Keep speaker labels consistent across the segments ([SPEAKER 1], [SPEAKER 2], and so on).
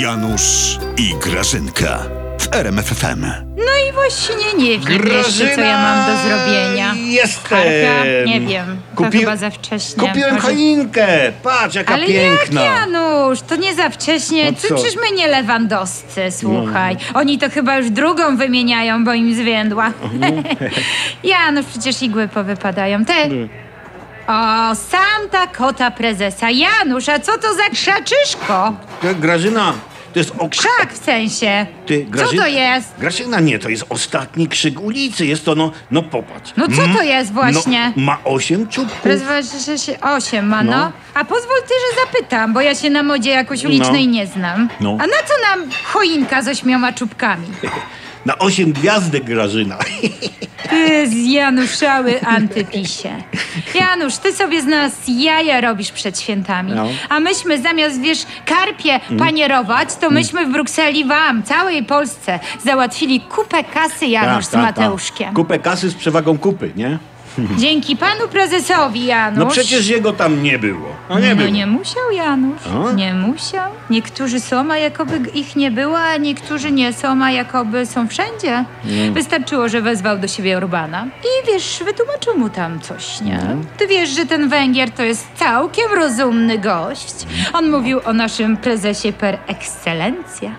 [SPEAKER 1] Janusz i Grażynka w RMFFM.
[SPEAKER 2] No i właśnie nie wiem jeszcze, co ja mam do zrobienia.
[SPEAKER 3] Jestem!
[SPEAKER 2] Karpia? Nie wiem, to
[SPEAKER 3] Kupi-
[SPEAKER 2] chyba za wcześnie.
[SPEAKER 3] Kupiłem
[SPEAKER 2] Może-
[SPEAKER 3] choinkę! Patrz, jaka
[SPEAKER 2] Ale
[SPEAKER 3] piękna!
[SPEAKER 2] jak Janusz, to nie za wcześnie.
[SPEAKER 3] No
[SPEAKER 2] Ty,
[SPEAKER 3] co? No.
[SPEAKER 2] przecież my nie lewandowscy, słuchaj. Oni to chyba już drugą wymieniają, bo im zwiędła.
[SPEAKER 3] No.
[SPEAKER 2] Janusz, przecież igły powypadają. Ty... O, Santa Kota Prezesa. Janusz, a co to za krzaczyszko?
[SPEAKER 3] Ty, Grażyna, to jest okrzak.
[SPEAKER 2] Krzak w sensie.
[SPEAKER 3] Ty,
[SPEAKER 2] co
[SPEAKER 3] Grażyna,
[SPEAKER 2] to jest?
[SPEAKER 3] Grażyna, nie, to jest ostatni krzyk ulicy. Jest to, no, no popatrz.
[SPEAKER 2] No co to jest właśnie?
[SPEAKER 3] No, ma osiem czubków.
[SPEAKER 2] Rozważa się osiem, ma, no.
[SPEAKER 3] No.
[SPEAKER 2] A pozwól ty, że zapytam, bo ja się na modzie jakoś ulicznej nie znam.
[SPEAKER 3] No.
[SPEAKER 2] A na co nam choinka z ośmioma czubkami?
[SPEAKER 3] Na osiem gwiazdek, Grażyna.
[SPEAKER 2] Ty z Januszały antypisie. Janusz, ty sobie z nas jaja robisz przed świętami.
[SPEAKER 3] No. Mm.
[SPEAKER 2] A myśmy zamiast, wiesz, karpie panierować, to myśmy w Brukseli wam, całej Polsce, załatwili kupę kasy Janusz
[SPEAKER 3] Tak,
[SPEAKER 2] z
[SPEAKER 3] tak, tak.
[SPEAKER 2] Mateuszkiem.
[SPEAKER 3] Kupę kasy z przewagą kupy, nie?
[SPEAKER 2] Dzięki panu prezesowi, Janusz.
[SPEAKER 3] No przecież jego tam nie było. No nie
[SPEAKER 2] no
[SPEAKER 3] było.
[SPEAKER 2] nie musiał Janusz,
[SPEAKER 3] A?
[SPEAKER 2] nie musiał. Niektórzy są, a jakoby g- ich nie było, a niektórzy nie są, a jakoby są wszędzie.
[SPEAKER 3] Mm.
[SPEAKER 2] Wystarczyło, że wezwał do siebie Urbana i wiesz, wytłumaczył mu tam coś, nie?
[SPEAKER 3] Mm.
[SPEAKER 2] Ty wiesz, że ten Węgier to jest całkiem rozumny gość. On
[SPEAKER 3] Mm.
[SPEAKER 2] mówił o naszym prezesie per excellencia.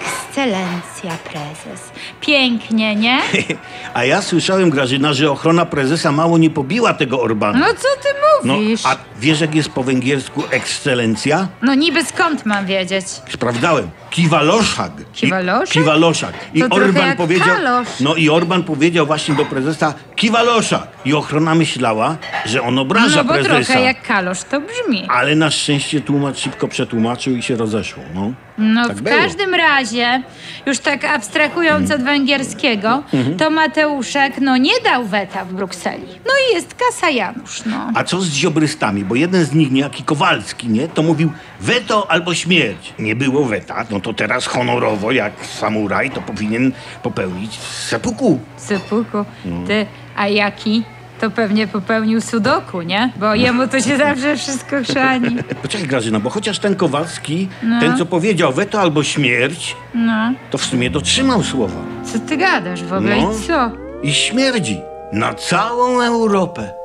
[SPEAKER 2] Ekscelencja prezes. Pięknie, nie?
[SPEAKER 3] A ja słyszałem, Grażyna, że ochrona prezesa mało nie pobiła tego Orbana.
[SPEAKER 2] No co ty
[SPEAKER 3] No,
[SPEAKER 2] mówisz?
[SPEAKER 3] a wiesz, jak jest po węgiersku ekscelencja?
[SPEAKER 2] no niby skąd mam wiedzieć?
[SPEAKER 3] Sprawdzałem. Kiwaloszak. I-
[SPEAKER 2] Kiwaloszak?
[SPEAKER 3] Kiwaloszak. I
[SPEAKER 2] To trochę
[SPEAKER 3] Orban
[SPEAKER 2] jak
[SPEAKER 3] powiedział.
[SPEAKER 2] kalosz.
[SPEAKER 3] No i Orban powiedział właśnie do prezesa Kiwaloszak. I ochrona myślała, że on obraża
[SPEAKER 2] No bo
[SPEAKER 3] prezesa.
[SPEAKER 2] trochę jak kalosz to brzmi.
[SPEAKER 3] Ale na szczęście tłumacz szybko przetłumaczył i się rozeszło. No.
[SPEAKER 2] No
[SPEAKER 3] Tak
[SPEAKER 2] w
[SPEAKER 3] było.
[SPEAKER 2] każdym razie, już tak abstrahując od węgierskiego, to Mateuszek no nie dał weta w Brukseli. No i jest kasa Janusz, no.
[SPEAKER 3] A co z ziobrystami? Bo jeden z nich, niejaki Kowalski, nie? To mówił weto albo śmierć. Nie było weta, no to teraz honorowo, jak samuraj, to powinien popełnić sepuku.
[SPEAKER 2] Sypuku,
[SPEAKER 3] No.
[SPEAKER 2] ty, a jaki? To pewnie popełnił sudoku, nie? Bo jemu to się zawsze wszystko chrzani.
[SPEAKER 3] Poczekaj No Grażyna, bo chociaż ten Kowalski, ten co powiedział weto albo śmierć,
[SPEAKER 2] No,
[SPEAKER 3] to w sumie dotrzymał słowa.
[SPEAKER 2] co ty gadasz w ogóle
[SPEAKER 3] No.
[SPEAKER 2] i co?
[SPEAKER 3] I śmierdzi na całą Europę.